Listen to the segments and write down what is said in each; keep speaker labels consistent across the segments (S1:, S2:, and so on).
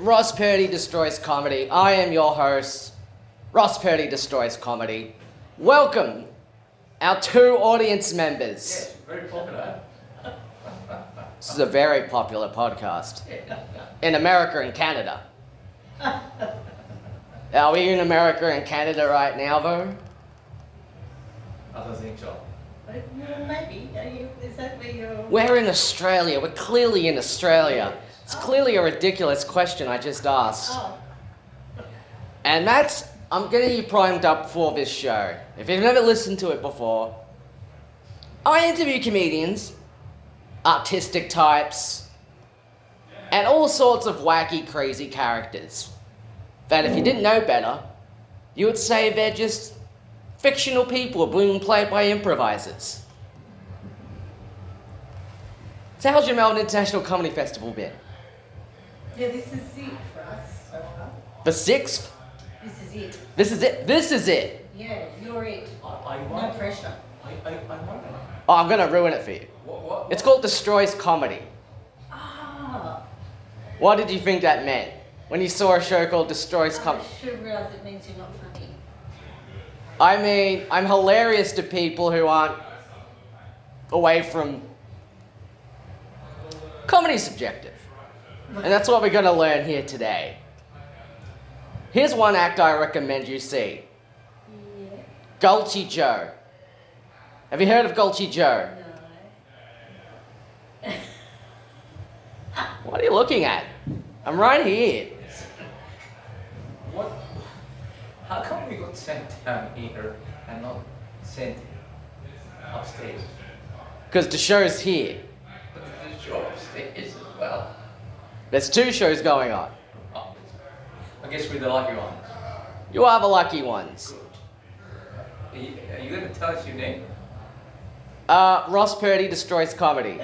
S1: Ross Parody Destroys Comedy. I am your host, Ross Parody Destroys Comedy. Welcome, our two audience members.
S2: Very popular.
S1: This is a very popular podcast in America and Canada. Are we in America and Canada right now, though?
S2: I don't think so.
S3: Uh, Maybe, Are you, is that where you're?
S1: We're in Australia. We're clearly in Australia. It's clearly a ridiculous question I just asked.
S3: Oh,
S1: And that's I'm getting you primed up for this show. If you've never listened to it before, I interview comedians, artistic types, and all sorts of wacky, crazy characters. That if you didn't know better, you would say they're just fictional people being played by improvisers. So how's your Melbourne International Comedy Festival been?
S3: yeah, this is it for us so far.
S1: The sixth?
S3: This is it.
S1: This is it. This is it.
S3: Yeah, you're it.
S2: I, I
S3: No
S2: wonder.
S3: pressure.
S2: I, I, I wonder.
S1: Oh, I'm gonna ruin it for you.
S2: What, what?
S1: It's called Destroys Comedy.
S3: Ah,
S1: What did you think that meant when you saw a show called Destroys
S3: I
S1: Comedy?
S3: should realise it means you're not funny.
S1: I mean, I'm hilarious to people who aren't away from. Comedy subjective. And that's what we're gonna learn here today. Here's one act I recommend you see
S3: Yeah,
S1: Gulchy Joe. Have you heard of Gulchy Joe?
S3: no.
S1: What are you looking at? I'm right here.
S2: What? How come we got sent down here and not sent upstairs?
S1: Because the show's here.
S2: But the show upstairs as well.
S1: There's two shows going on.
S2: Oh, I guess we're the lucky ones.
S1: You are the lucky ones.
S2: Are you, are you gonna tell us your name?
S1: Uh, Ross Purdy destroys comedy.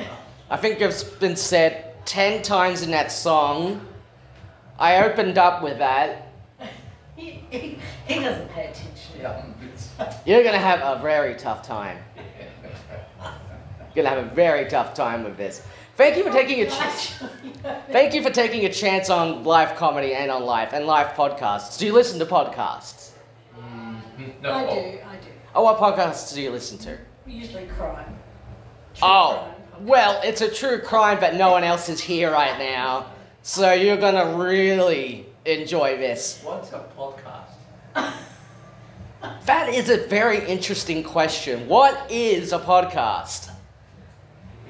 S1: I think it's been said ten times in that song. I opened up with that.
S3: He, he, he doesn't pay attention.
S2: Yeah. it's-
S1: You're gonna have a very tough time. You're gonna have a very tough time with this. Thank you for taking a chance. Thank you for taking a chance on live comedy and on live and live podcasts. Do you listen to podcasts?
S2: Mm,
S3: I
S2: no.
S3: do, I do.
S1: Oh, what podcasts do you listen to?
S3: Usually crime. True
S1: Oh,
S3: crime.
S1: well, it's a true crime, but no one else is here right now. So you're gonna really enjoy this.
S2: What's a podcast?
S1: That is a very interesting question. What is a podcast?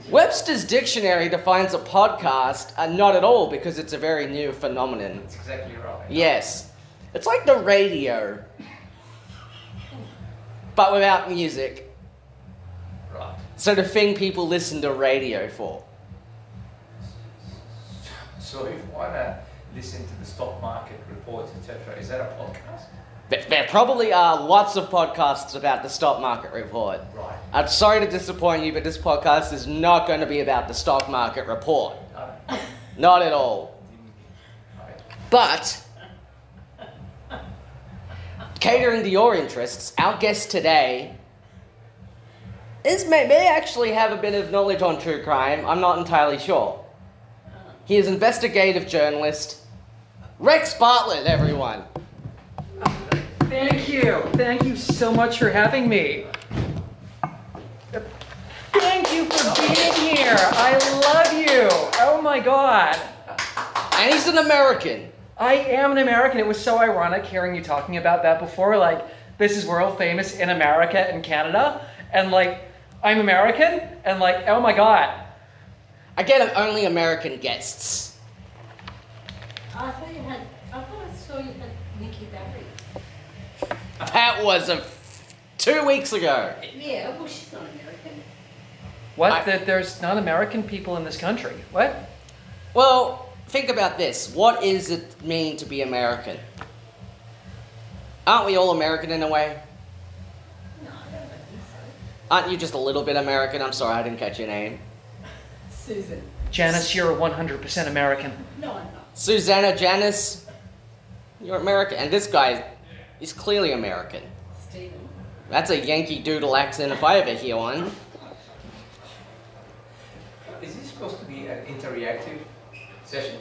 S1: Webster's dictionary defines a podcast, and not at all because it's a very new phenomenon.
S2: That's exactly right.
S1: Yes. It's like the radio, but without music.
S2: Right.
S1: So the thing people listen to radio for.
S2: So if I wanna listen to the stock market reports, etc., is that a podcast?
S1: There- There probably are lots of podcasts about the stock market report.
S2: Right.
S1: I'm sorry to disappoint you, but this podcast is not going to be about the stock market report.
S2: No.
S1: Not at all.
S2: Right.
S1: But, catering to your interests, our guest today is may, may actually have a bit of knowledge on true crime. I'm not entirely sure. He is investigative journalist Rex Bartlett, everyone.
S4: Thank you. Thank you so much for having me. Thank you for being here. I love you. Oh my God.
S1: And he's an American.
S4: I am an American. It was so ironic hearing you talking about that before. Like, this is world famous in America and Canada. And like, I'm American. And like, oh my God.
S1: I get him only American guests.
S3: I thought you had, I thought I saw you had Nikki Barry.
S1: That was a f- two weeks ago.
S3: Yeah, well, she's not American.
S4: What?
S1: I-
S4: that there's non American people in this country. What?
S1: Well, think about this. What does it mean to be American? Aren't we all American in a way?
S3: No, I don't think
S1: Aren't you just a little bit American? I'm sorry, I didn't catch your name.
S3: so. Susan.
S4: Janice, you're 100% American.
S3: No, I'm not.
S1: Susanna Janice, you're American. And this guy is clearly American.
S3: Stephen.
S1: That's a Yankee Doodle accent if I ever hear one.
S2: Is this supposed to be an interreactive session?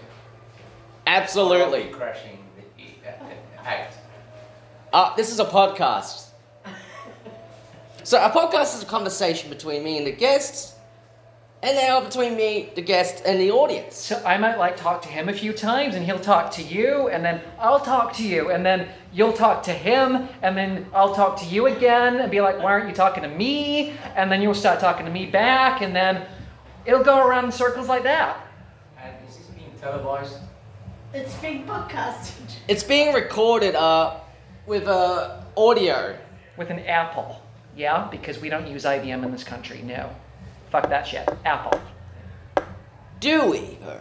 S1: Absolutely.
S2: Crashing the act.
S1: Uh, this is a podcast. So a podcast is a conversation between me and the guests, and now between me, the guests, and the audience.
S4: So I might like talk to him a few times, and he'll talk to you, and then I'll talk to you, and then you'll talk to him, and then I'll talk to you again, and be like, "Why aren't you talking to me?" And then you'll start talking to me back, and then it'll go around in circles like that.
S2: And is this being televised?
S3: It's being podcasted.
S1: It's being recorded uh, with uh, audio.
S4: with an apple. Yeah, because we don't use IBM in this country. No. Fuck that shit. Apple.
S1: Do we? though?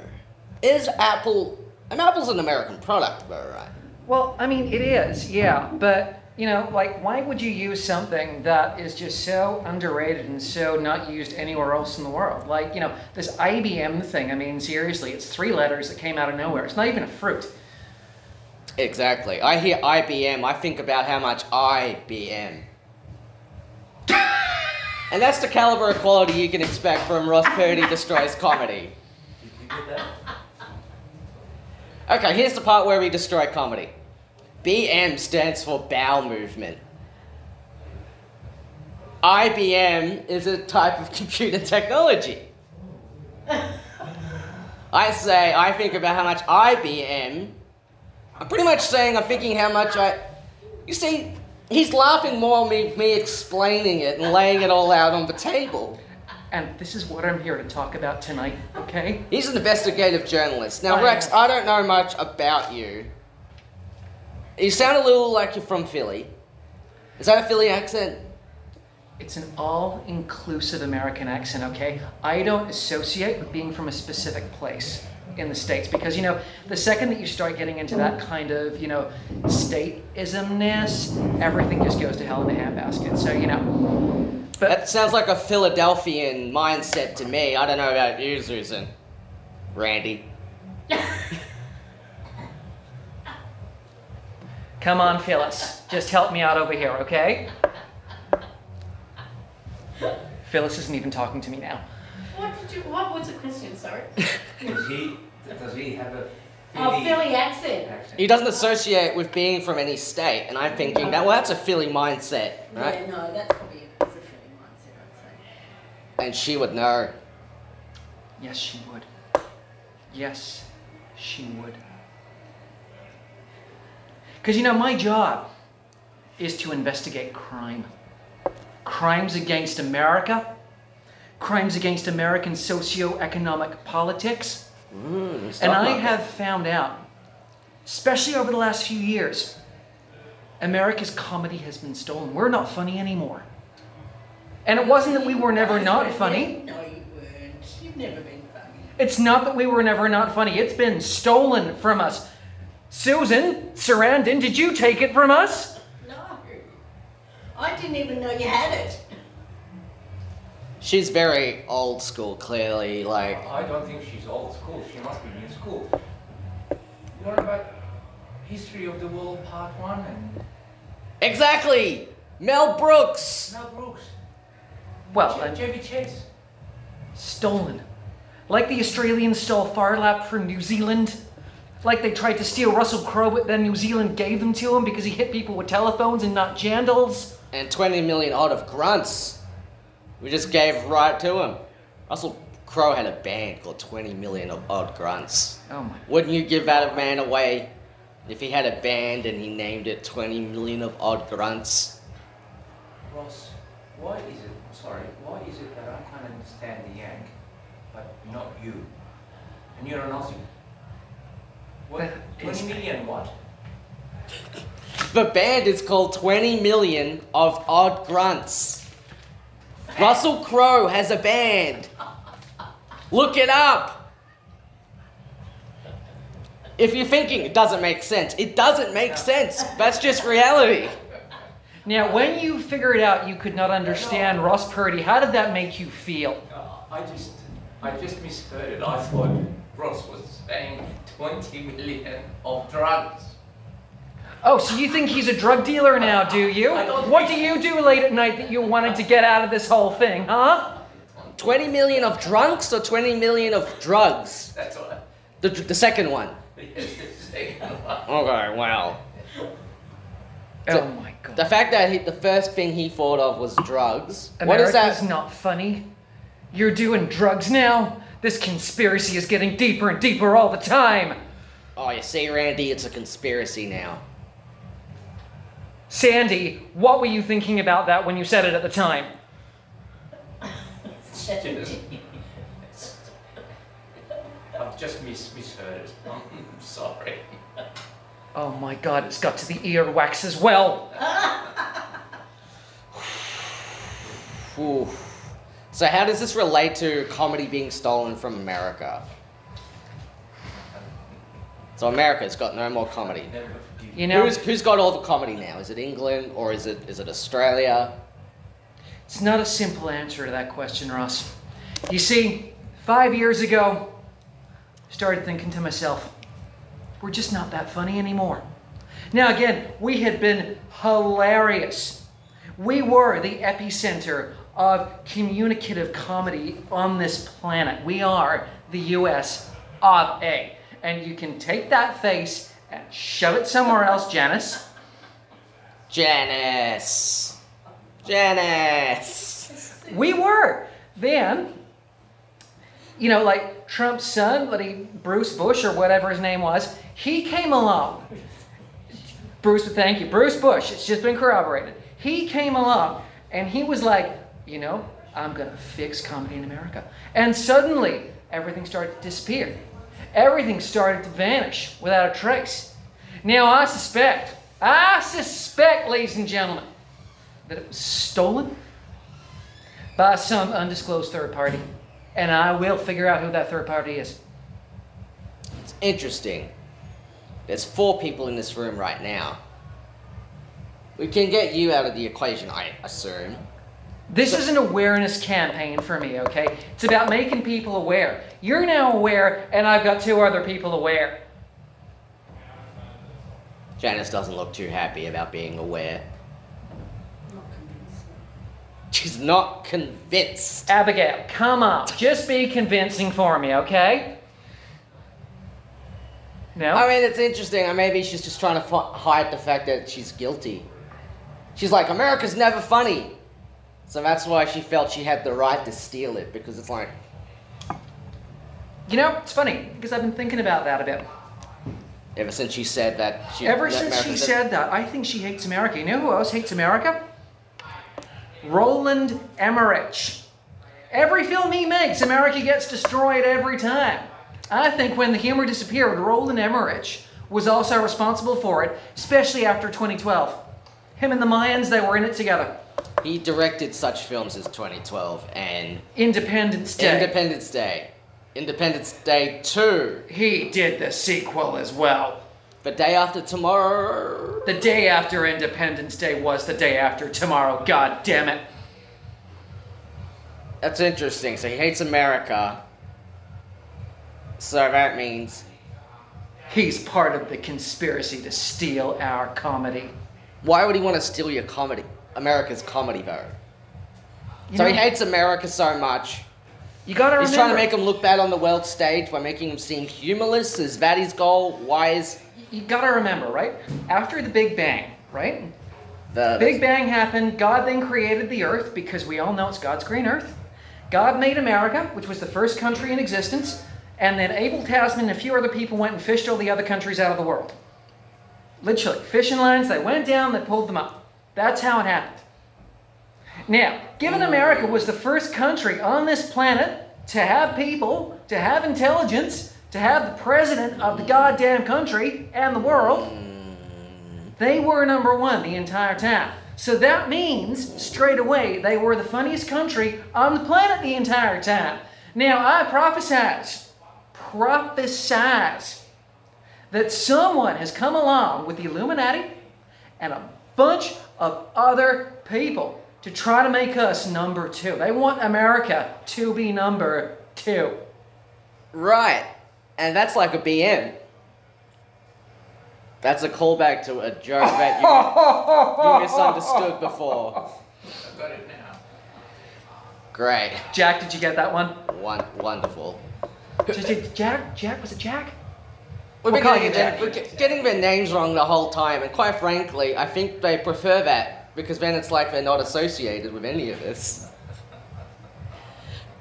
S1: Is Apple? And Apple's an American product, though, right?
S4: Well, I mean, it is, yeah, but, you know, like, why would you use something that is just so underrated and so not used anywhere else in the world? Like, you know, this IBM thing, I mean, seriously, it's three letters that came out of nowhere. It's not even a fruit.
S1: Exactly. I hear IBM. I think about how much IBM. and that's the caliber of quality you can expect from Ross Purdy Destroys Comedy.
S2: Did you get that?
S1: Okay, here's the part where we destroy comedy. BM stands for bowel movement. IBM is a type of computer technology. I say, I think about how much IBM. I'm pretty much saying I'm thinking how much I. You see, he's laughing more at me, me explaining it and laying it all out on the table.
S4: And this is what I'm here to talk about tonight, okay?
S1: He's an investigative journalist. Now,
S4: I
S1: Rex,
S4: know.
S1: I don't know much about you. You sound a little like you're from Philly. Is that a Philly accent?
S4: It's an all inclusive American accent, okay? I don't associate with being from a specific place in the States because, you know, the second that you start getting into that kind of, you know, stateismness, everything just goes to hell in a handbasket. So, you know,
S1: That sounds like a Philadelphian mindset to me. I don't know about you, Susan. Randy.
S4: come on, Phyllis. Just help me out over here, okay? Phyllis isn't even talking to me now.
S3: What did you? What was the question? Sorry.
S2: Does he, does he have a
S3: Oh, Philly accent.
S2: accent?
S1: He doesn't associate with being from any state, and I'm thinking that well, that's a Philly mindset, right?
S3: Yeah, no, that's probably a it's a Philly mindset. I'd say.
S1: And she would know.
S4: Yes, she would. Yes, she would. Because, you know, my job is to investigate crime. Crimes against America, crimes against American socioeconomic politics.
S1: Mm, stock
S4: and I
S1: market.
S4: have found out, especially over the last few years, America's comedy has been stolen. We're not funny anymore. And it wasn't that we were never not funny.
S3: No, you weren't. You've never been funny.
S4: It's not that we were never not funny. It's been stolen from us. Susan Sarandon, did you take it from us?
S3: No. I didn't even know you had it.
S1: She's very old school, clearly. Like,
S2: I don't think she's old school. She must be new school. What about history of the world part one and
S1: exactly. Mel Brooks.
S2: Mel Brooks,
S4: Well,
S2: Che-
S4: uh,
S2: Chevy Chase?
S4: stolen. Like the Australians stole Farlap from New Zealand. Like they tried to steal Russell Crowe, but then New Zealand gave them to him because he hit people with telephones and not jandals.
S1: and 20 million odd of grunts. We just gave right to him. Russell Crowe had a band called 20 million of odd grunts.
S4: Oh my.
S1: Wouldn't you give that man away if he had a band and he named it 20 million of odd grunts?
S2: Ross, why is it? Sorry, why is it that I can't understand the Yank, but not you? And you're an Aussie. What?
S4: That is-
S2: Twenty million what?
S1: The band is called 20 million of odd grunts. Russell Crowe has a band. Look it up. If you're thinking it doesn't make sense, it doesn't make sense. That's just reality.
S4: Now, when you figured out you could not understand Ross Purdy, how did that make you feel?
S2: Uh, I just, I just misheard it. I thought Ross was saying twenty million of drugs.
S4: Oh, so you think he's a drug dealer now, do you?
S2: I don't
S4: What do you do late at night that you wanted to get out of this whole thing, huh?
S1: 20 million of drunks or 20 million of drugs?
S2: That's all. I-
S1: The, the second one.
S2: Yes, the second one.
S1: Okay, wow.
S4: Oh my god.
S1: The fact that he, the first thing he thought of was drugs. what is
S4: America's
S1: that?
S4: not funny. You're doing drugs now? This conspiracy is getting deeper and deeper all the time.
S1: oh, you see, Randy, it's a conspiracy now.
S4: Sandy, what were you thinking about that when you said it at the time?
S2: I've just mis- misheard it. I'm sorry.
S4: Oh my god, it's got to the earwax as well.
S1: Oof. So how does this relate to comedy being stolen from America? So America's got no more comedy.
S2: Never forgive
S4: You know,
S1: Who's who's got all the comedy now? Is it England or is it is it Australia?
S4: it's not a simple answer to that question, Ross. You see, five years ago, I started thinking to myself, we're just not that funny anymore. Now, again, we had been hilarious. We were the epicenter of communicative comedy on this planet. We are the US of A. And you can take that face and shove it somewhere else, Janice.
S1: Janice. Janice.
S4: We were. Then, you know, like Trump's son, bloody Bruce Bush or whatever his name was, he came along. Bruce, thank you. Bruce Bush, it's just been corroborated. He came along and he was like, you know, I'm going to fix comedy in America. And suddenly, everything started to disappear. Everything started to vanish without a trace. Now, I suspect, I suspect, ladies and gentlemen, that it was stolen by some undisclosed third party. And I will figure out who that third party is.
S1: It's interesting. There's four people in this room right now. We can get you out of the equation, I assume.
S4: This is an awareness campaign for me, okay? It's about making people aware. You're now aware, and I've got two other people aware.
S1: Janice doesn't look too happy about being aware.
S3: Not convincing.
S1: She's not convinced.
S4: Abigail, come on. Just be convincing for me, okay? No?
S1: I mean, it's interesting. uh, Maybe she's just trying to f- hide the fact that she's guilty. She's like, America's never funny. So that's why she felt she had the right to steal it, because it's like,
S4: You know, it's funny, because I've been thinking about that a bit.
S1: ever since she said that she.
S4: Ever
S1: that
S4: since she
S1: America's-
S4: said that, I think she hates America. You know who else hates America? Roland Emmerich. Every film he makes, America gets destroyed every time. I think when the humor disappeared, Roland Emmerich was also responsible for it, especially after 2012. Him and the Mayans, they were in it together.
S1: He directed such films as 2012 and
S4: Independence Day.
S1: Independence Day. Independence Day 2.
S4: he did the sequel as well.
S1: The day after tomorrow.
S4: The day after Independence Day was the day after tomorrow. God damn it.
S1: That's interesting. So he hates America. So that means
S4: He's part of the conspiracy to steal our comedy.
S1: why would he want to steal your comedy? America's comedy though.
S4: You
S1: so he
S4: know,
S1: hates America so much.
S4: you gotta
S1: He's
S4: remember.
S1: trying to make him look bad on the world stage by making him seem humorless. Is that his goal? Why is
S4: you gotta remember, right? After the Big Bang, right?
S1: the
S4: Big Bang happened. God then created the Earth because we all know it's God's green Earth. God made America, which was the first country in existence, and then Abel Tasman and a few other people went and fished all the other countries out of the world. Literally, fishing lines. They went down. They pulled them up. That's how it happened. Now, given America was the first country on this planet to have people, to have intelligence, to have the president of the goddamn country and the world. They were number one the entire time. So that means straight away they were the funniest country on the planet the entire time. Now I prophesize, prophesize that someone has come along with the Illuminati and a bunch of other people to try to make us number two. They want America to be number two.
S1: Right. And that's like a BM. That's a callback to a joke that you, you misunderstood before.
S2: I've got it now.
S1: Great.
S4: Jack, did you get that one?
S1: Won- wonderful.
S4: Jack, Jack, was it Jack?
S1: We've
S4: We'll
S1: been
S4: call
S1: getting,
S4: you
S1: their-
S4: Jack.
S1: we're ge- getting their names wrong the whole time, and quite frankly, I think they prefer that because then it's like they're not associated with any of this.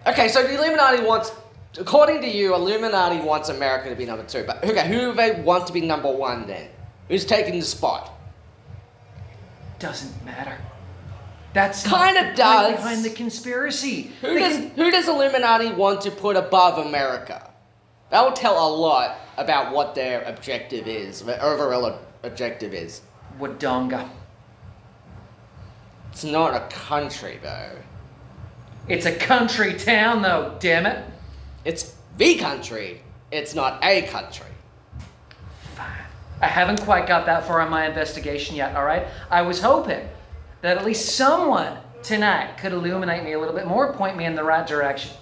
S1: Okay, so the Illuminati wants, according to you, Illuminati wants America to be number two. But okay, who do they want to be number one then? Who's taking the spot?
S4: Doesn't matter. That's
S1: Kinda
S4: not the point
S1: does.
S4: behind the conspiracy.
S1: Who
S4: The
S1: does,
S4: con-
S1: who does Illuminati want to put above America? That will tell a lot about what their objective is, their overall ob- objective is.
S4: Wodonga.
S1: It's not a country, though.
S4: It's a country town, though. Damn it.
S1: It's the country. It's not a country.
S4: I haven't quite got that far on my investigation yet, all right? I was hoping that at least someone tonight could illuminate me a little bit more, point me in the right direction.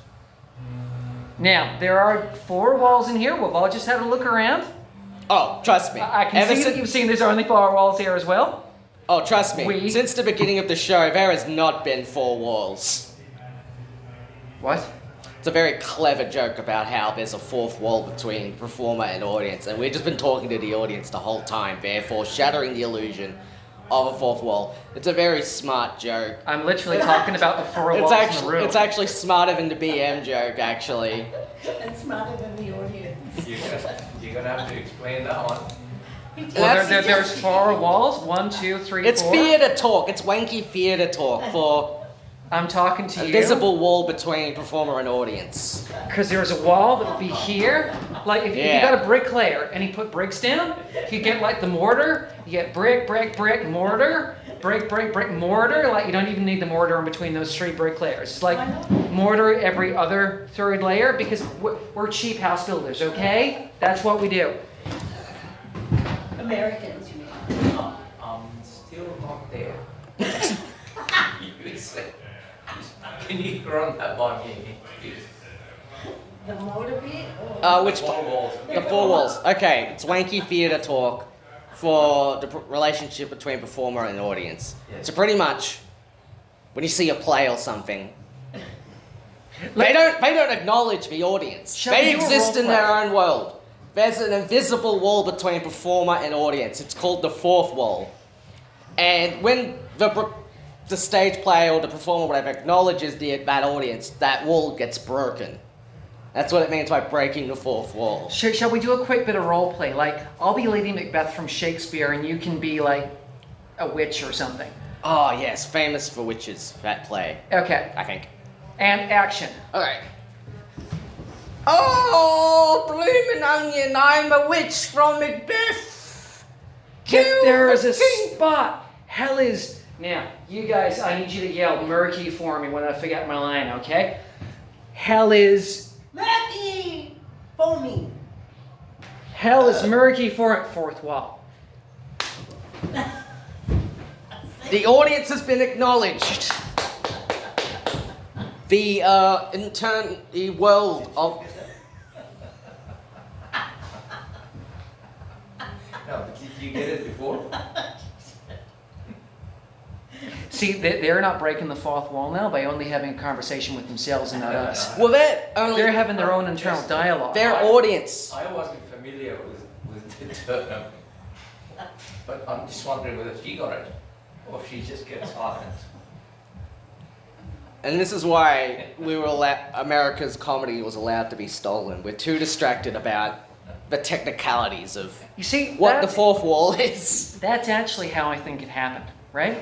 S4: Now, there are four walls in here. We've all just had a look around.
S1: Oh, trust me.
S4: I I can
S1: Ever
S4: see that
S1: sin-
S4: you've seen there's only four walls here as well.
S1: oh, trust me.
S4: We-
S1: Since the beginning of the show, there has not been four walls.
S4: What?
S1: It's a very clever joke about how there's a fourth wall between performer and audience, and we've just been talking to the audience the whole time, therefore shattering the illusion of a fourth wall. It's a very smart joke.
S4: I'm literally talking about the four
S1: It's
S4: walls in the
S1: actually,
S4: room.
S1: it's actually smarter than the BM joke, actually.
S3: And smarter than the audience.
S2: You're gonna, you're gonna have to explain that one.
S3: He just-
S4: well, there,
S1: that's-
S4: there-
S3: he
S4: there's
S3: just-
S4: four walls. One, two, three,
S1: It's
S4: four.
S1: theatre talk. It's wanky theatre talk for
S4: I'm talking to
S1: A
S4: you.
S1: visible wall between performer and audience.
S4: Because there's a wall that would be here. Like if, if
S1: Yeah.
S4: you got a bricklayer and he put bricks down, you get like the mortar. You get brick, brick, brick, mortar, brick, brick, brick, mortar. Like you don't even need the mortar in between those three brick layers. It's like
S3: Why not?
S4: mortar every other third layer because we're, we're cheap house builders. Okay, that's what we do.
S3: Americans, you mean.
S2: Um, still not there. You said- Can you run that by me? please?
S3: The motor bit? or-
S1: Uh, which
S2: Four walls.
S1: the four walls? Okay, it's wanky theatre talk for the pr- relationship between performer and audience.
S2: Yes.
S1: So pretty much, when you see a play or something, they
S4: Like-
S1: don't they don't acknowledge the audience.
S4: Shall we
S1: they
S4: do a
S1: exist
S4: role
S1: in their
S4: play?
S1: own world. There's an invisible wall between performer and audience. It's called the fourth wall. And when the br- the stage player or the performer, whatever, acknowledges the that audience, that wall gets broken. That's what it means by breaking the fourth wall.
S4: Sh- shall we do a quick bit of role play? Like I'll be Lady Macbeth from Shakespeare and you can be like a witch or something.
S1: Oh yes, famous for witches. That play,
S4: Okay,
S1: I think.
S4: and action.
S1: All right. Oh, bloomin' onion! I'm a witch from Macbeth.
S4: If there is a
S1: king.
S4: spot, hell is. Now, you guys, I need you to yell murky for me when I forget my line, okay? Hell is.
S3: Mackie! Foamy.
S4: Hell
S1: Uh.
S4: is murky for it, fourth wall.
S1: The audience has been acknowledged. The uh, intern, the world of
S2: No, but did you get it before?
S4: See, they- they're not breaking the fourth wall now by only having a conversation with themselves and not us.
S1: well, they're only
S4: They're having their own internal dialogue.
S1: their audience.
S2: I wasn't familiar with, with the term. But I'm just wondering whether she got it or if she just gets silent.
S1: And this is why we were allo- America's comedy was allowed to be stolen. We're too distracted about the technicalities of
S4: You see,
S1: what the
S4: that's-
S1: fourth wall is.
S4: That's actually how I think it happened, right?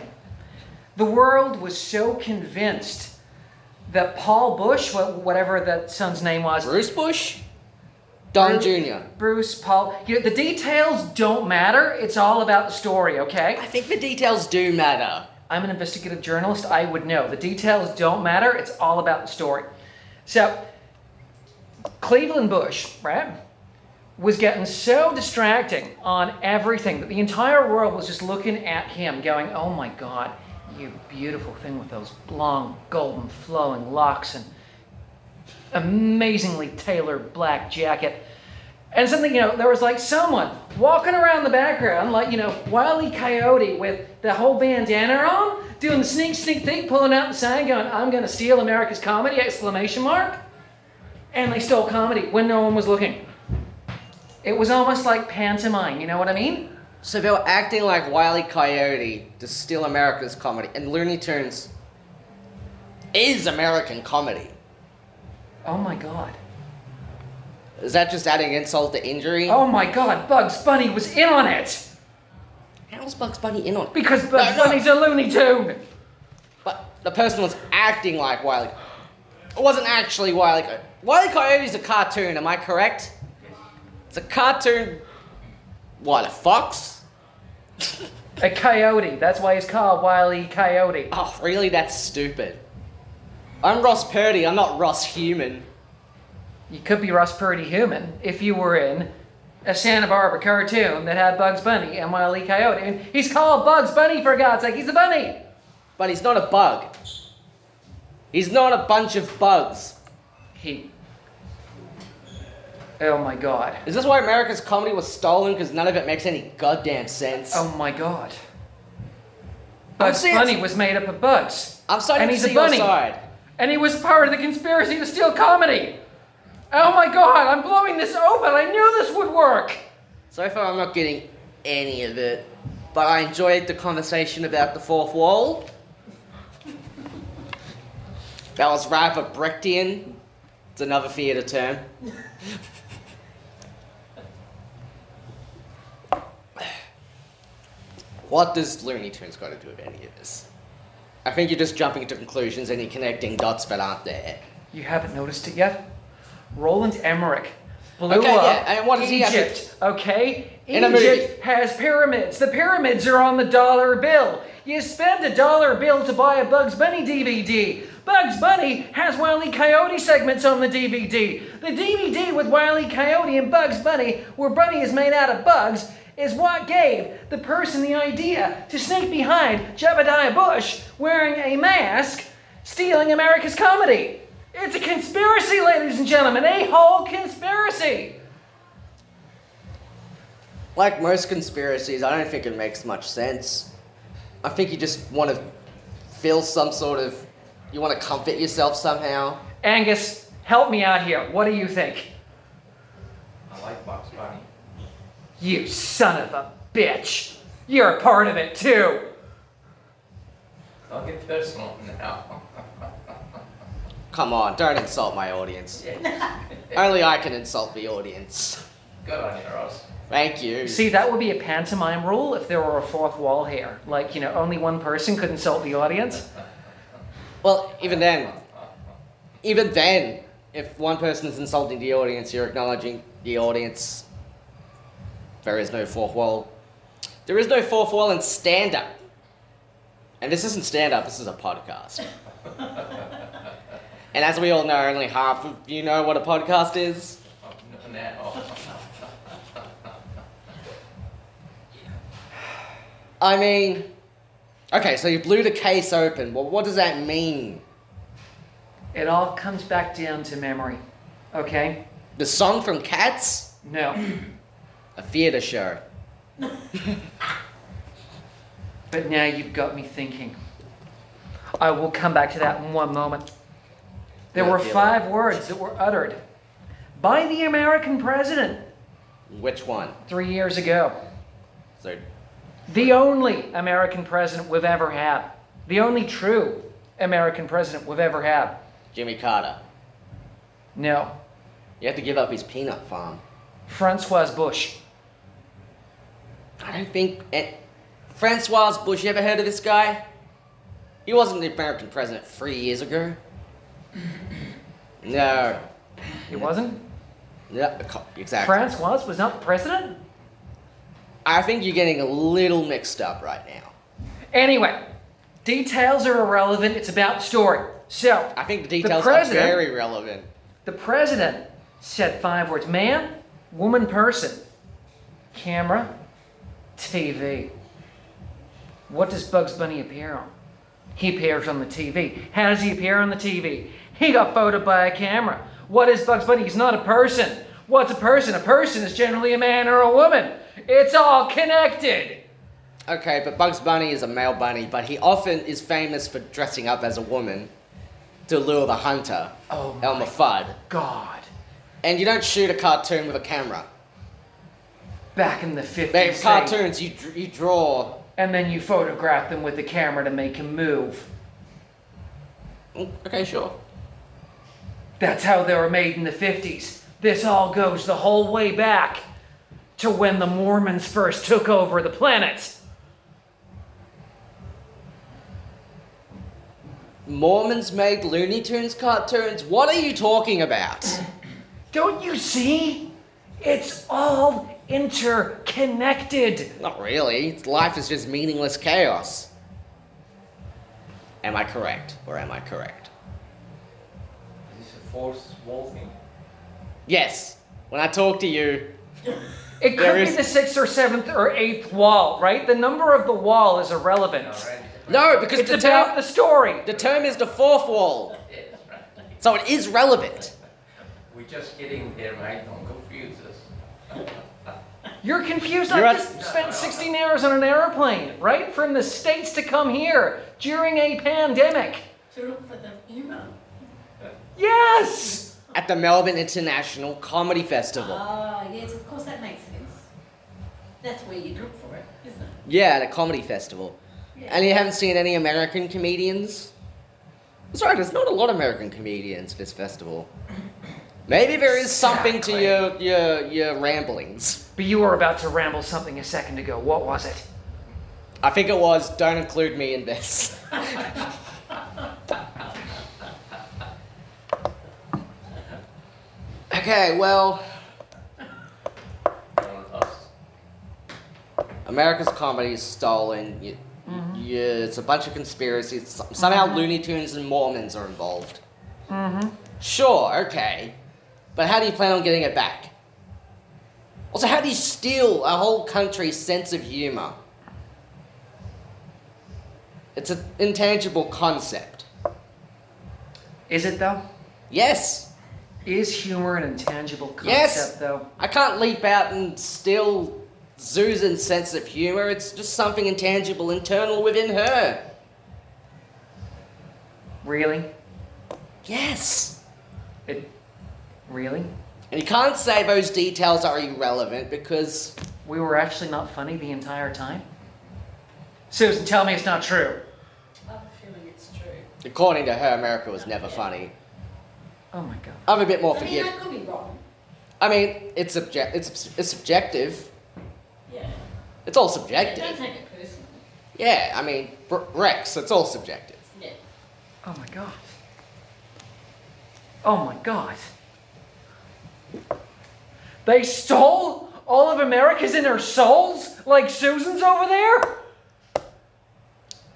S4: The world was so convinced that Paul Bush, wha- whatever that son's name was,
S1: Bruce Bush, Don
S4: Bruce-
S1: Jr.
S4: Bruce, Paul, you know, the details don't matter. It's all about the story,
S1: I
S4: okay?
S1: think the details do matter.
S4: I'm an investigative journalist. I would know. The details don't matter. It's all about the story. So, Cleveland Bush, right, was getting so distracting on everything that the entire world was just looking at him, going, oh my God, you beautiful thing with those long, golden, flowing locks and amazingly tailored black jacket. And something, you know, there was like someone walking around the background, like, you know, Wiley Coyote with the whole bandana on, doing the sneak, sneak, sneak, pulling out the sign, going, I'm going to steal America's comedy, exclamation mark. And they stole comedy when no one was looking. It was almost like pantomime, you know what I mean?
S1: So they were acting like Wile E. Coyote to steal America's comedy, and Looney Tunes is American comedy.
S4: Oh my god.
S1: Is that just adding insult to injury?
S4: Oh my god, Bugs Bunny was in on it!
S1: How's Bugs Bunny in on it?
S4: Because Bugs
S1: No, no.
S4: Bunny's a Looney Tune!
S1: But the person was acting like Wile E. It wasn't actually Wile E. Coyote. Wile E. Coyote is a cartoon, am I correct?
S2: Yes.
S1: It's a cartoon. What, a fox?
S4: A coyote. That's why he's called Wile E. Coyote.
S1: Oh, really? That's stupid. I'm Ross Purdy, I'm not Ross Human.
S4: You could be Ross Purdy human if you were in a Santa Barbara cartoon that had Bugs Bunny and Wile E. Coyote. And he's called Bugs Bunny for God's sake. He's a bunny.
S1: But he's not a bug. He's not a bunch of bugs.
S4: He. Oh my god.
S1: Is this why America's comedy was stolen? Because none of it makes any goddamn sense.
S4: Oh my god.
S1: I'm
S4: Bugs
S1: saying
S4: Bunny
S1: it's-
S4: was made up of bugs.
S1: I'm starting
S4: and
S1: to
S4: he's a
S1: see your
S4: bunny.
S1: side.
S4: And he was part of the conspiracy to steal comedy. Oh my god, I'm blowing this open. I knew this would work.
S1: So far, I'm not getting any of it, but I enjoyed the conversation about the fourth wall. that was rather Brechtian. It's another theatre term. what does Looney Tunes got to do with any of this? I think you're just jumping to conclusions and you're connecting dots that aren't there.
S4: You haven't noticed it yet? Roland Emmerich blew
S1: Okay,
S4: up
S1: yeah, and what does he
S4: Egypt,
S1: have to-
S4: okay?
S1: In a
S4: Egypt has pyramids. The pyramids are on the dollar bill. You spend a dollar bill to buy a Bugs Bunny DVD. Bugs Bunny has Wile E. Coyote segments on the DVD. The DVD with Wile E. Coyote and Bugs Bunny, where Bunny is made out of bugs, is what gave the person the idea to sneak behind Jebediah Bush wearing a mask stealing America's comedy. It's a conspiracy, ladies and gentlemen, a whole conspiracy.
S1: Like most conspiracies, I don't think it makes much sense. I think you just want to feel some sort of. You want to comfort yourself somehow.
S4: Angus, help me out here. What do you think?
S2: I like Bugs Bunny.
S4: You son of a bitch. You're a part of it too.
S2: Don't get personal now.
S1: Come on, don't insult my audience. Only I can insult the audience.
S2: Good on you, Ross.
S1: Thank you.
S4: See, that would be a pantomime rule if there were a fourth wall here. Like, you know, only one person could insult the audience.
S1: well, even then, even then, if one person is insulting the audience, you're acknowledging the audience. There is no fourth wall. There is no fourth wall in stand up. And this isn't stand up, this is a podcast. and as we all know, only half of you know what a podcast is.
S2: Oh, no, now.
S1: I mean, okay, so you blew the case open. Well, what does that mean?
S4: It all comes back down to memory. Okay?
S1: The song from Cats?
S4: No.
S1: A theatre show.
S4: But now you've got me thinking. I will come back to that in one moment. There
S1: Yeah,
S4: were
S1: yeah.
S4: five words that were uttered by the American president
S1: Which one?
S4: three years ago.
S1: So,
S4: The only American president we've ever had. The only true American president we've ever had.
S1: Jimmy Carter.
S4: No.
S1: You have to give up his peanut farm.
S4: Francois Bush.
S1: I don't think. It, Francois Bush, you ever heard of this guy? He wasn't the American president three years ago. No.
S4: He wasn't?
S1: No, co- exactly.
S4: Francois was not the president?
S1: I think you're getting a little mixed up right now.
S4: Anyway, details are irrelevant. It's about the story. So,
S1: I think the details are
S4: president-
S1: very relevant.
S4: The president said five words man, woman, person, camera, TV. What does Bugs Bunny appear on? He appears on the TV. How does he appear on the TV? He got photoed by a camera. What is Bugs Bunny? He's not a person. What's a person? A person is generally a man or a woman. It's all connected.
S1: Okay, but Bugs Bunny is a male bunny, but he often is famous for dressing up as a woman to lure the hunter,
S4: Oh my
S1: Elmer Fudd.
S4: God.
S1: And you don't shoot a cartoon with a camera.
S4: back in the 50s.
S1: They
S4: thing.
S1: cartoons. You dr- you draw.
S4: And then you photograph them with the camera to make them move.
S1: Mm, Okay, sure.
S4: That's how they were made in the 50s. This all goes the whole way back to when the Mormons first took over the planet.
S1: Mormons made Looney Tunes cartoons. What are you talking about?
S4: Don't you see? It's all interconnected.
S1: Not really. Life is just meaningless chaos. Am I correct or am I correct?
S2: Is this a force wall thing?
S1: Yes. When I talk to you,
S4: It
S1: There
S4: could be
S1: is-
S4: the sixth or seventh or eighth wall, right? The number of the wall is irrelevant.
S2: Alright.
S1: no, because
S4: It's
S1: the
S4: about
S1: term
S4: the story.
S1: the term is the fourth wall,
S2: Yes, right.
S1: so it is relevant.
S2: We're just getting there, mate. Don't confuse us.
S4: You're confused.
S1: You're
S4: I
S1: at-
S4: just spent 16 hours on an airplane, right? From the States to come here during a pandemic.
S3: to look for the email.
S4: Yes!
S1: At the Melbourne International Comedy Festival.
S3: Ah, yes, of course that makes sense. That's where you look for it, isn't it?
S1: Yeah, at a comedy festival.
S3: Yeah.
S1: And you haven't seen any American comedians? Sorry, there's not a lot of American comedians this festival. Maybe there is something to your your your ramblings.
S4: But you were about to ramble something a second ago. What was it?
S1: I think it was don't include me in this. okay, well,
S2: You're lost.
S1: America's comedy is stolen. You, you, it's a bunch of conspiracies. Some- Somehow Looney Tunes and Mormons are involved.
S4: Mm-hmm.
S1: Sure, okay. But how do you plan on getting it back? Also, how do you steal a whole country's sense of humor? It's an intangible concept.
S4: Is it though?
S1: Yes,
S4: Is humor an intangible concept
S1: Yes.
S4: though?
S1: I can't leap out and steal Susan's sense of humor. It's just something intangible, internal within her.
S4: Really?
S1: Yes.
S4: It really?
S1: And you can't say those details are irrelevant because
S4: We were actually not funny the entire time? Susan, tell me it's not true.
S3: I have a feeling it's true.
S1: According to her, America was never funny.
S4: Oh my god.
S1: I'm a bit more
S3: I mean,
S1: forgiving.
S3: I could be wrong.
S1: I mean, it's subject. It's, subs- it's subjective.
S3: Yeah.
S1: It's all
S3: yeah don't
S1: subjective.
S3: take it personally.
S1: Yeah, I mean, Br- Rex. It's all subjective.
S3: Yeah.
S4: Oh my god. Oh my god. They stole all of America's inner souls like Susan's over there?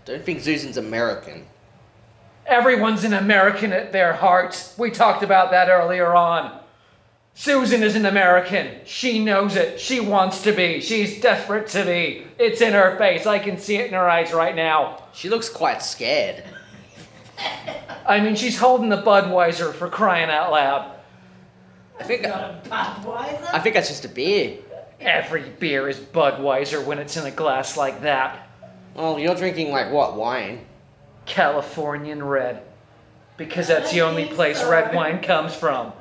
S1: Don't think Susan's American.
S4: Everyone's an American at their heart. We talked about that earlier on. Susan is an American. She knows it. She wants to be. She's desperate to be. It's in her face. I can see it in her eyes right now.
S1: She looks quite scared.
S4: I mean, she's holding the Budweiser for crying out loud.
S1: I think.
S3: Not a Budweiser.
S1: I think that's just a beer.
S4: Every beer is Budweiser when it's in a glass like that.
S1: Well, you're drinking like what wine?
S4: Californian red. Because that's the only place red wine comes from.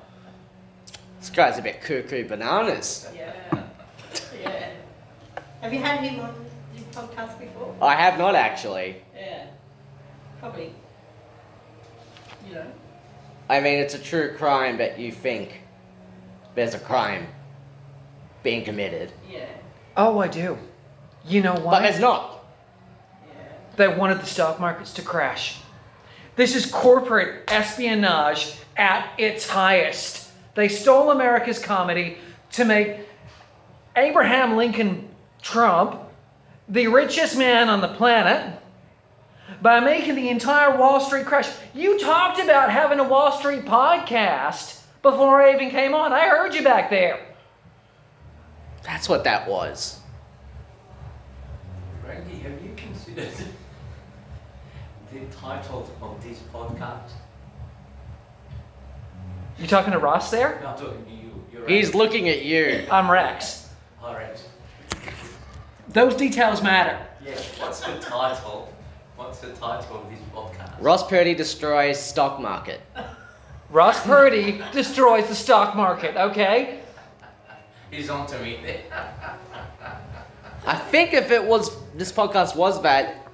S1: This guy's a bit cuckoo bananas.
S3: Yeah. Yeah. Have you had him on your podcast before?
S1: I have not actually.
S3: Yeah. Probably. You know.
S1: I mean, it's a true crime that you think there's a crime being committed,
S3: Yeah.
S4: Oh, I do. You know
S1: but
S4: why?
S1: there's not.
S3: Yeah.
S4: that wanted the stock markets to crash. This is corporate espionage at its highest. They stole America's comedy to make Abraham Lincoln Trump the richest man on the planet by making the entire Wall Street crash. You talked about having a Wall Street podcast before I even came on. I heard you back there.
S1: That's what that was.
S2: Randy, have you considered the title of this podcast?
S4: You talking to Ross there?
S2: Not talking to you. You're
S1: He's looking at you.
S4: I'm Rex.
S2: All right.
S4: Those details matter.
S2: Yeah. What's the title? What's the title of this podcast?
S1: Ross Purdy destroys stock market.
S4: Ross Purdy destroys the stock market, okay?
S2: He's on to me there.
S1: I think if it was this podcast was that,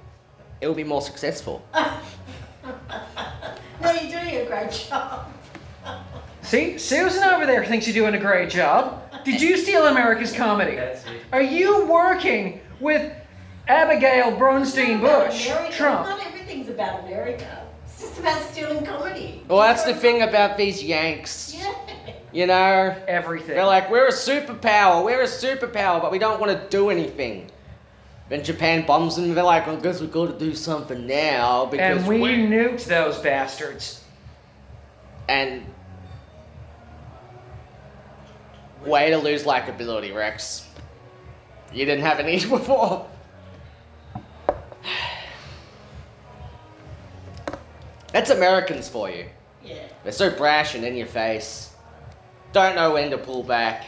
S1: it would be more successful.
S3: No, you're doing a great job.
S4: See, Susan over there thinks you're doing a great job. Did you steal America's comedy?
S2: That's it.
S4: Are you working with Abigail Bronstein
S3: About
S4: Bush,
S3: America.
S4: Trump?
S3: Not everything's about America. It's just about stealing comedy.
S1: Well, that's the thing about these Yanks.
S3: Yeah.
S1: You know,
S4: Everything.
S1: they're like, we're a superpower, we're a superpower, but we don't want to do anything. Then Japan bombs them, they're like, I guess we've got to do something now because
S4: and we
S1: we're-
S4: nuked those bastards.
S1: and way to lose likability, Rex. You didn't have any before. That's Americans for you.
S3: Yeah.
S1: They're so brash and in your face. Don't know when to pull back.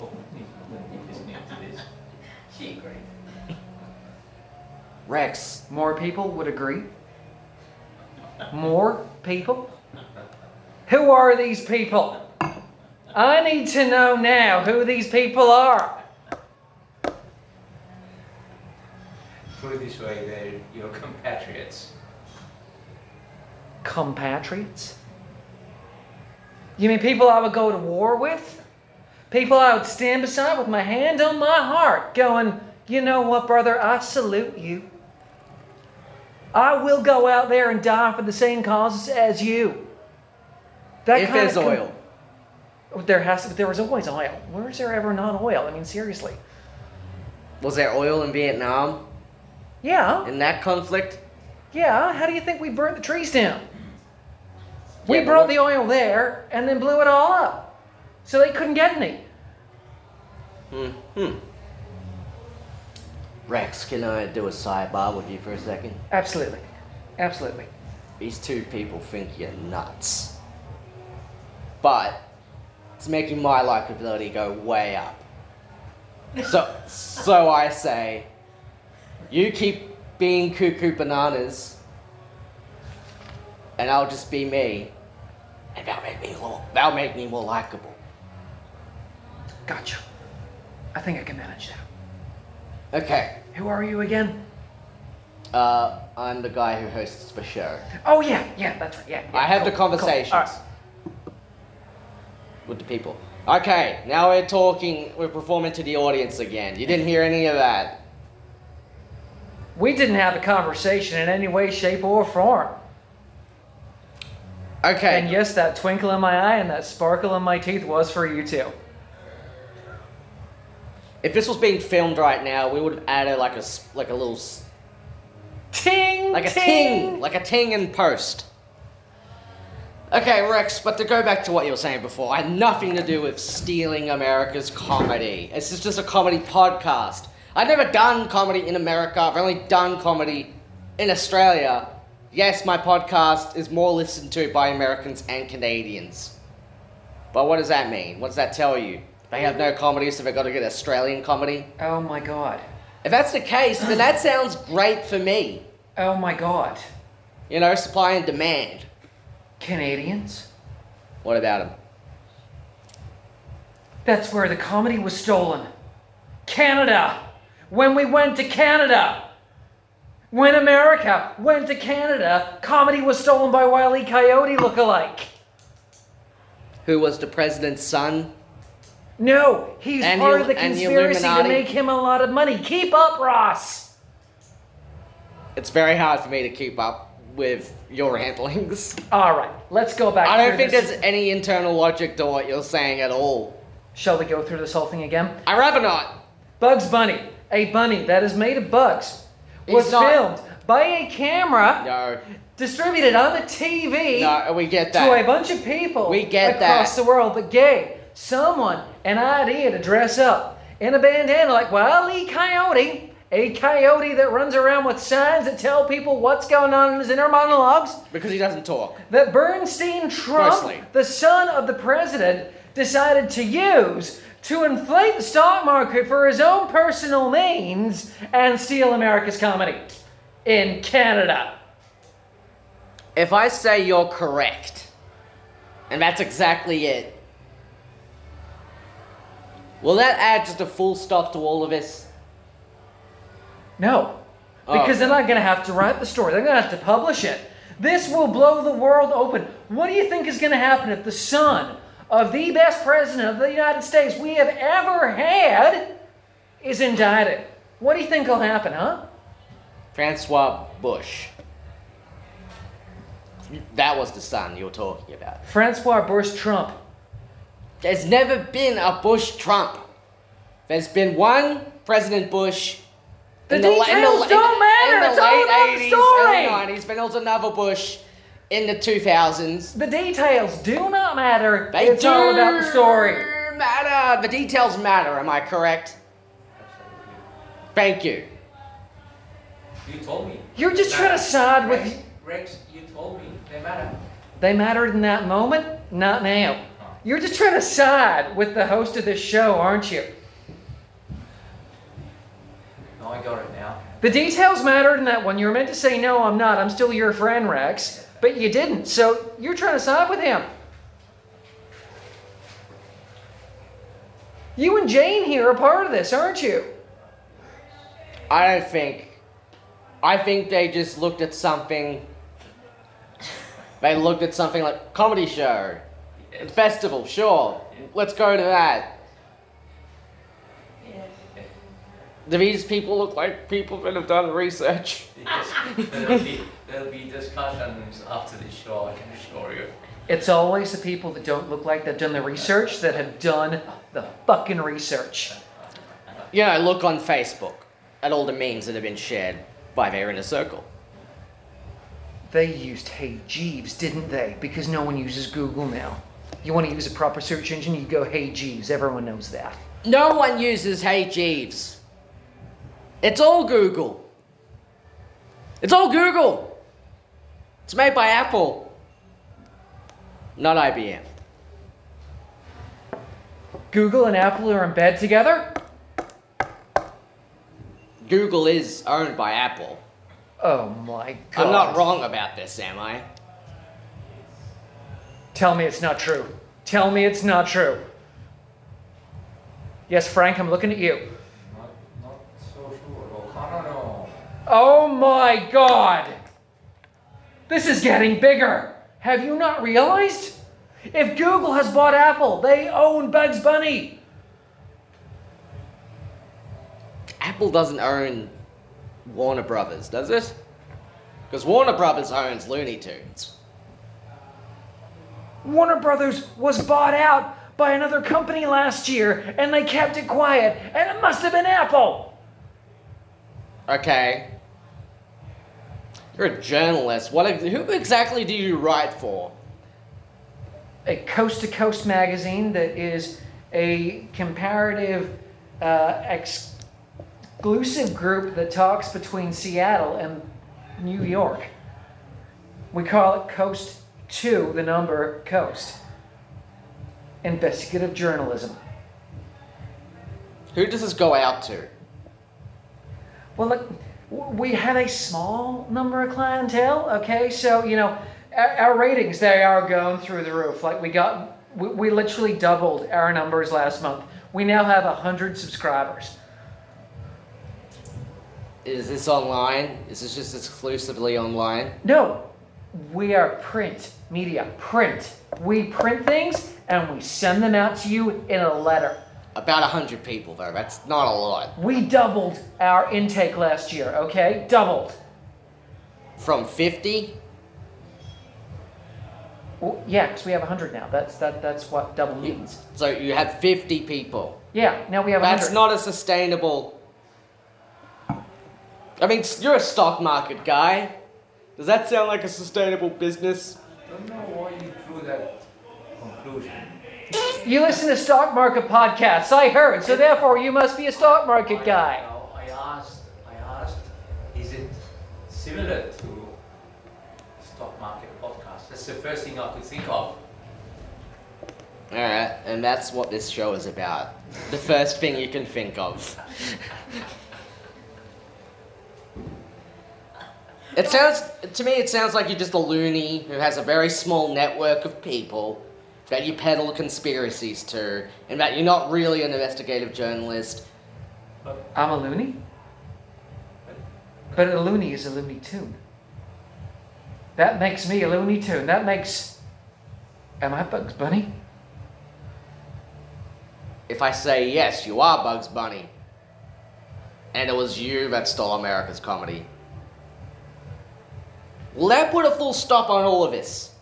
S2: Oh, this new to this.
S3: She agrees.
S1: Rex,
S4: More people would agree. More people? Who are these people? I need to know now who these people are.
S2: Put it this way, they're your compatriots.
S4: Compatriots? You mean people I would go to war with? People I would stand beside with my hand on my heart, going, you know what, brother, I salute you. I will go out there and die for the same causes as you. That
S1: if
S4: kind
S1: there's
S4: of com-
S1: oil.
S4: There has there was always oil. Where is there ever not oil? I mean, seriously.
S1: Was there oil in Vietnam
S4: Yeah,
S1: in that conflict?
S4: yeah. How do you think we burnt the trees down? We
S1: Yeah, but
S4: brought
S1: what-
S4: the oil there and then blew it all up, so they couldn't get any.
S1: Hmm. Hmm. Rex, can I do a sidebar with you for a second?
S4: Absolutely, absolutely.
S1: These two people think you're nuts. But it's making my likability go way up. So so I say you keep being cuckoo bananas and I'll just be me. And that'll make me more that'll make me more likable.
S4: Gotcha. I think I can manage that.
S1: Okay.
S4: Who are you again?
S1: Uh, I'm the guy who hosts the show.
S4: Oh yeah, yeah. That's right. Yeah. yeah,
S1: I have
S4: cool,
S1: the
S4: cool. All
S1: conversations
S4: right.
S1: with the people. Okay, now we're talking, we're performing to the audience again. You didn't hear any of that.
S4: We didn't have a conversation in any way, shape, or form.
S1: Okay,
S4: And yes, that twinkle in my eye and that sparkle in my teeth was for you too.
S1: if this was being filmed right now, we would have added like a s- like a little s-
S4: Ting!
S1: like a ting, like a ting in post. Okay, Rex, but to go back to what you were saying before, I had nothing to do with stealing America's comedy. This is just a comedy podcast. I've never done comedy in America. I've only done comedy in Australia. Yes, my podcast is more listened to by Americans and Canadians. But what does that mean? What does that tell you? They have no comedy, so they've got to get Australian comedy?
S4: Oh my god.
S1: If that's the case, then that sounds great for me.
S4: Oh my god.
S1: You know, supply and demand.
S4: Canadians?
S1: What about him?
S4: That's where the comedy was stolen. Canada! When we went to Canada! When America went to Canada, comedy was stolen by Wiley Coyote lookalike.
S1: Who was the president's son?
S4: No, he's
S1: And
S4: part
S1: the-
S4: of the
S1: and the
S4: conspiracy to
S1: Illuminati.
S4: make him a lot of money. Keep up, Ross!
S1: It's very hard for me to keep up with your ramblings.
S4: Alright, let's go back
S1: I don't
S4: through
S1: think
S4: this.
S1: there's any internal logic to what you're saying at all.
S4: Shall we go through this whole thing again?
S1: I rather not.
S4: Bugs Bunny, a bunny that is made of bugs,
S1: He's
S4: was
S1: not-
S4: filmed by a camera
S1: No,
S4: distributed on a TV
S1: no, we get
S4: to a
S1: that.
S4: bunch of people
S1: We get
S4: across
S1: that.
S4: the world that gave someone an idea to dress up in a bandana like Wiley Coyote, a coyote that runs around with signs that tell people what's going on in his inner monologues
S1: Because he doesn't talk.
S4: that Bernstein Trump,
S1: Mostly.
S4: the son of the president, decided to use to inflate the stock market for his own personal means and steal America's comedy in Canada.
S1: If I say you're correct, and that's exactly it, Will that add just a full stop to all of this?
S4: No.
S1: Oh.
S4: Because then I'm going to have to write the story. They're going to have to publish it. This will blow the world open. What do you think is going to happen if the son of the best president of the United States we have ever had is indicted? What do you think will happen, huh?
S1: Francois Bush. That was the son you're talking about.
S4: Francois Bush Trump.
S1: There's never been a Bush Trump. There's been one President Bush.
S4: The
S1: la-
S4: details
S1: la-
S4: don't matter.
S1: In the
S4: It's all
S1: late
S4: about the
S1: 80s,
S4: story.
S1: early 90s, but also another Bush in the 2000s.
S4: The details do not matter.
S1: They
S4: it's all about the
S1: do
S4: story.
S1: Matter. The details matter. Am I correct? Thank you.
S2: You told me.
S4: You're just trying to side with-
S2: Rex, Rex, you told me. They matter.
S4: They mattered in that moment, not now. You're just trying to side with the host of this show, aren't you?
S2: No, I got it now.
S4: The details mattered in that one. You were meant to say, no, I'm not. I'm still your friend, Rex. But you didn't. So you're trying to side with him. You and Jane here are part of this, aren't you?
S1: I don't think. I think they just looked at something. They looked at something like comedy show, festival. Sure, let's go to that.
S3: Yes.
S1: Do these people look like people that have done research?
S2: Yes, there'll be there'll be discussions after the show. I can assure you.
S4: It's always the people that don't look like they've done the research that have done the fucking research.
S1: You know, look on Facebook at all the memes that have been shared by their inner circle.
S4: They used Hey Jeeves, didn't they? Because no one uses Google now. You want to use a proper search engine, you go Hey Jeeves. Everyone knows that.
S1: No one uses Hey Jeeves. It's all Google. It's all Google. It's made by Apple, not IBM.
S4: Google and Apple are in bed together?
S1: Google is owned by Apple.
S4: Oh my god.
S1: I'm not wrong about this, am I?
S4: Tell me it's not true. Tell me it's not true. Yes, Frank, I'm looking at you.
S2: Not not so sure. Well, I don't know.
S4: Oh my god! This is getting bigger! Have you not realized? If Google has bought Apple, they own Bugs Bunny!
S1: Apple doesn't own Warner Brothers, does it? Because Warner Brothers owns Looney Tunes.
S4: Warner Brothers was bought out by another company last year and they kept it quiet, and it must have been Apple!
S1: Okay. You're a journalist. What? ex- Who exactly do you write for?
S4: a coast to coast magazine that is a comparative uh, exclusive group that talks between Seattle and New York. We call it Coast to the number Coast. Investigative journalism.
S1: Who does this go out to?
S4: Well, look, w- we have a small number of clientele, okay? So, you know, our, our ratings, they are going through the roof. Like, we got, we, we literally doubled our numbers last month. We now have 100 subscribers.
S1: Is this online? Is this just exclusively online?
S4: No, we are print media, print. We print things and we send them out to you in a letter.
S1: About a hundred people though. That's not a lot.
S4: We doubled our intake last year, okay? Doubled.
S1: From fifty?
S4: Well, yeah, because we have 100 now. That's, that, that's what double means.
S1: So you have fifty people.
S4: Yeah, now we have 100.
S1: That's not a sustainable. I mean, s- you're a stock market guy. Does that sound like a sustainable business?
S2: Don't know why you drew that conclusion.
S4: You listen to stock market podcasts, I heard, so therefore you must be a stock market
S2: I,
S4: guy.
S2: no, I asked. I asked. Is it similar to stock market podcast? That's the first thing I could think of.
S1: All right, and that's what this show is about. The first thing you can think of. It sounds to me. It sounds like you're just a loony who has a very small network of people that you peddle conspiracies to, and that you're not really an investigative journalist.
S2: But
S4: I'm a loony? But a loony is a loony tune. That makes me a loony tune. That makes. Am I Bugs Bunny?
S1: If I say yes, you are Bugs Bunny, and it was you that stole America's comedy, will that put a full stop on all of this?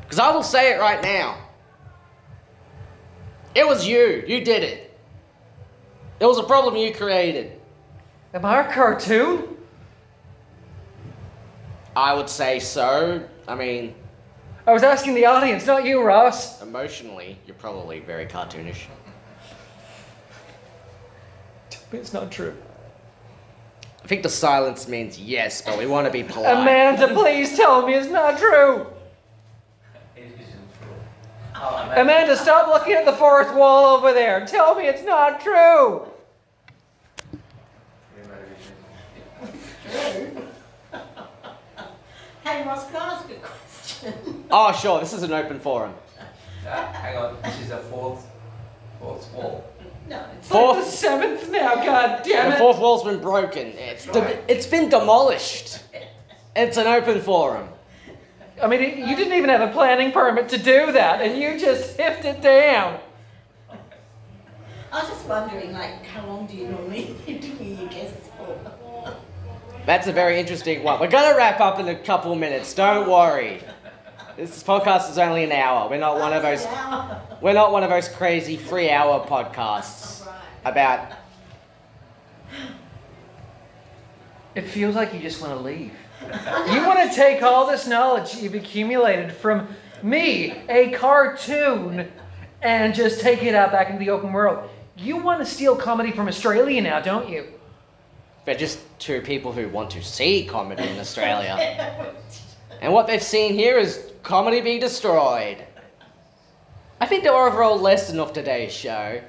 S1: Because I will say it right now. It was you. You did it. It was a problem you created.
S4: Am I a cartoon?
S1: I would say so. I mean,
S4: I was asking the audience, not you, Ross.
S1: emotionally, you're probably very cartoonish.
S4: It's not true.
S1: I think the silence means yes, but we want to be polite.
S4: Amanda, please tell me it's not true.
S2: it isn't true. How am I-
S4: Amanda, stop looking at the fourth wall over there. Tell me it's not true.
S3: Hey, Ross, can I ask a question?
S1: Oh, sure. This is an open forum.
S2: Ah, Hang on, this is a fourth, fourth wall.
S3: no.
S4: It's like the
S1: Fourth-
S4: seventh now, god damn
S1: The
S4: it.
S1: fourth wall's been broken. It's de- it's been demolished. It's an open forum.
S4: I mean, it- you didn't even have a planning permit to do that, and you just hiffed it down.
S3: I was just wondering, like, how long do you normally interview your guests for?
S1: That's a very interesting one. We're gonna wrap up in a couple minutes. Don't worry. This podcast is only an hour. We're not one of those.
S3: Wow.
S1: We're not one of those crazy three-hour podcasts about.
S4: It feels like you just want to leave. You want to take all this knowledge you've accumulated from me, a cartoon, and just take it out back into the open world. You want to steal comedy from Australia now, don't you?
S1: They're just two people who want to see comedy in Australia, and what they've seen here is comedy being destroyed. I think the overall lesson of today's show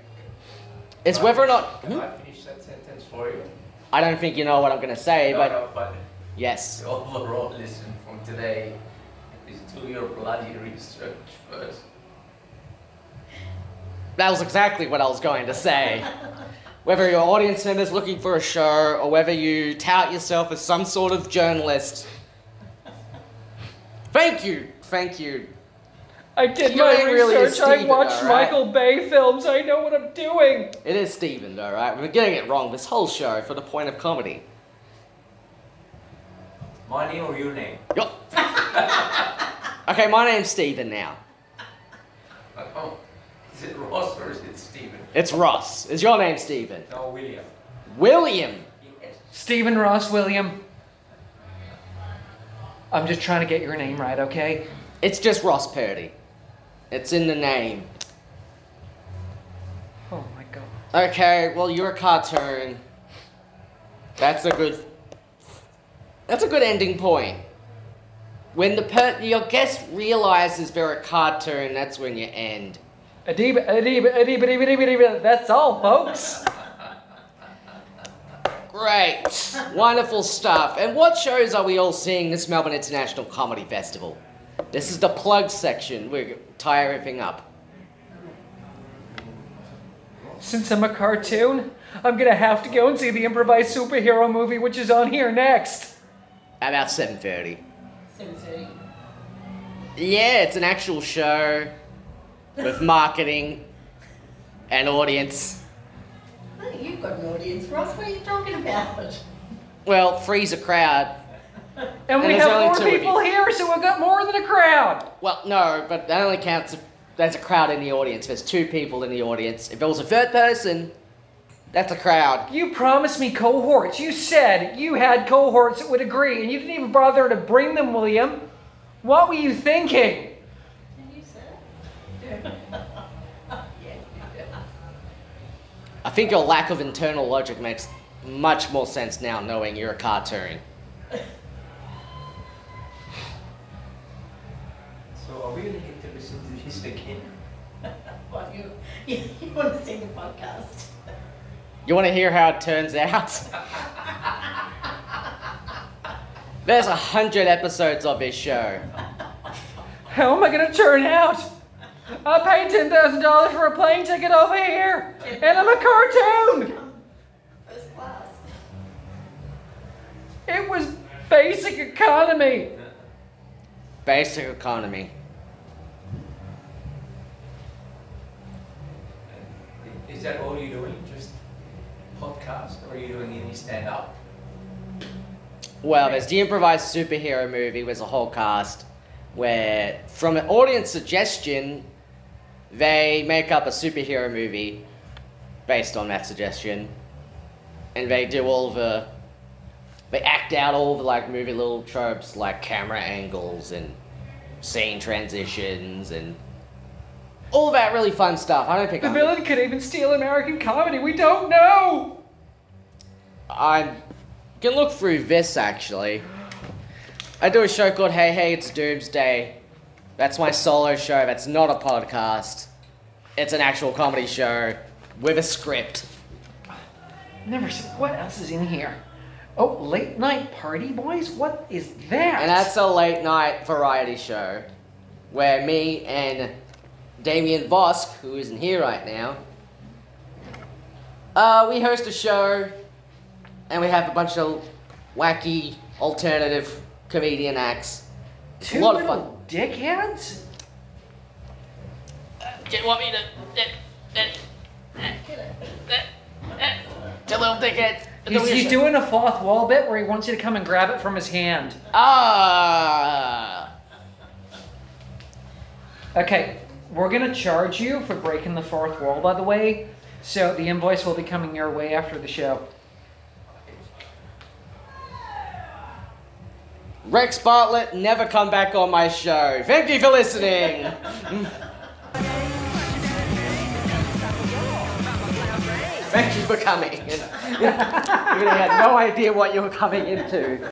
S1: is whether or not. hmm?
S2: Can I finish that sentence for you?
S1: I don't think you know what I'm gonna say,
S2: No,
S1: but
S2: no, but
S1: yes.
S2: the overall lesson from today is do your bloody research first.
S1: That was exactly what I was going to say. Whether your audience members looking for a show or whether you tout yourself as some sort of journalist. Thank you, thank you.
S4: I did
S1: You
S4: my
S1: ain't really a
S4: research. I
S1: Steven,
S4: watched
S1: alright?
S4: Michael Bay films. I know what I'm doing.
S1: It is Steven, though, right? We're getting it wrong this whole show for the point of comedy.
S2: My name or your name?
S1: Yup. okay, my name's Steven now.
S2: Like, oh, is it Ross or is it Stephen?
S1: It's Ross. Is your name Steven?
S2: No, William.
S1: William.
S2: Yes.
S4: Stephen Ross William. I'm just trying to get your name right, okay?
S1: It's just Ross Purdy. It's in the name.
S4: Oh my god.
S1: Okay, well you're a cartoon. That's a good. That's a good ending point. When the per- your guest realizes they're a cartoon, that's when you end.
S4: Adib, adib, adib, adib, adib, adib. That's all, folks.
S1: Great, wonderful stuff. And what shows are we all seeing this Melbourne International Comedy Festival? This is the plug section. We tie everything up.
S4: Since I'm a cartoon, I'm gonna have to go and see the improvised superhero movie, which is on here next.
S1: At about seven thirty.
S3: Seven thirty.
S1: Yeah, it's an actual show with marketing and audience.
S3: Hey, Oh, You've got an audience, Ross. What are you talking about?
S1: Well, freeze a crowd.
S4: And we
S1: And there's only
S4: have
S1: two
S4: more
S1: of you.
S4: people here, so we've got more than a crowd.
S1: Well, no, but that only counts if there's a crowd in the audience. There's two people in the audience. If it was a third person, that's a crowd.
S4: You promised me cohorts. You said you had cohorts that would agree, and you didn't even bother to bring them, William. What were you thinking?
S3: Can you say that?
S1: I think your lack of internal logic makes much more sense now knowing you're a cartoon.
S2: So are we going to get to listen to this again?
S3: What you, you, you want to see the podcast?
S1: You want to hear how it turns out? There's a hundred episodes of this show.
S4: How am I gonna turn out? I paid ten thousand dollars for a plane ticket over here, and I'm a cartoon.
S3: First class.
S4: It was basic economy.
S1: Basic economy.
S2: And Is that all you're doing? Just podcast, or are you doing any stand up?
S1: Well, there's the improvised superhero movie with a whole cast where, from an audience suggestion, they make up a superhero movie based on that suggestion, and they do all the, they act out all the like movie little tropes like camera angles and scene transitions and all that really fun stuff. I don't pick
S4: The
S1: up.
S4: villain could even steal American comedy. We don't know.
S1: I can look through this actually. I do a show called Hey Hey It's Doomsday. That's my solo show. That's not a podcast. It's an actual comedy show with a script.
S4: Never seen. What else is in here? Oh, late night party boys. What is that?
S1: And that's a late night variety show where me and Damien Vosk, who isn't here right now, uh, we host a show and we have a bunch of wacky alternative comedian acts.
S4: two
S1: a lot of
S4: little
S1: fun.
S4: dickheads.
S1: Do you Uh, want me to
S3: Get it.
S1: The little dickhead.
S4: He's, he's doing a fourth wall bit where he wants you to come and grab it from his hand.
S1: Ah.
S4: Okay, we're gonna charge you for breaking the fourth wall, by the way. So the invoice will be coming your way after the show.
S1: Rex Bartlett, never come back on my show. Thank you for listening. Thank you for coming. we had no idea what you were coming into.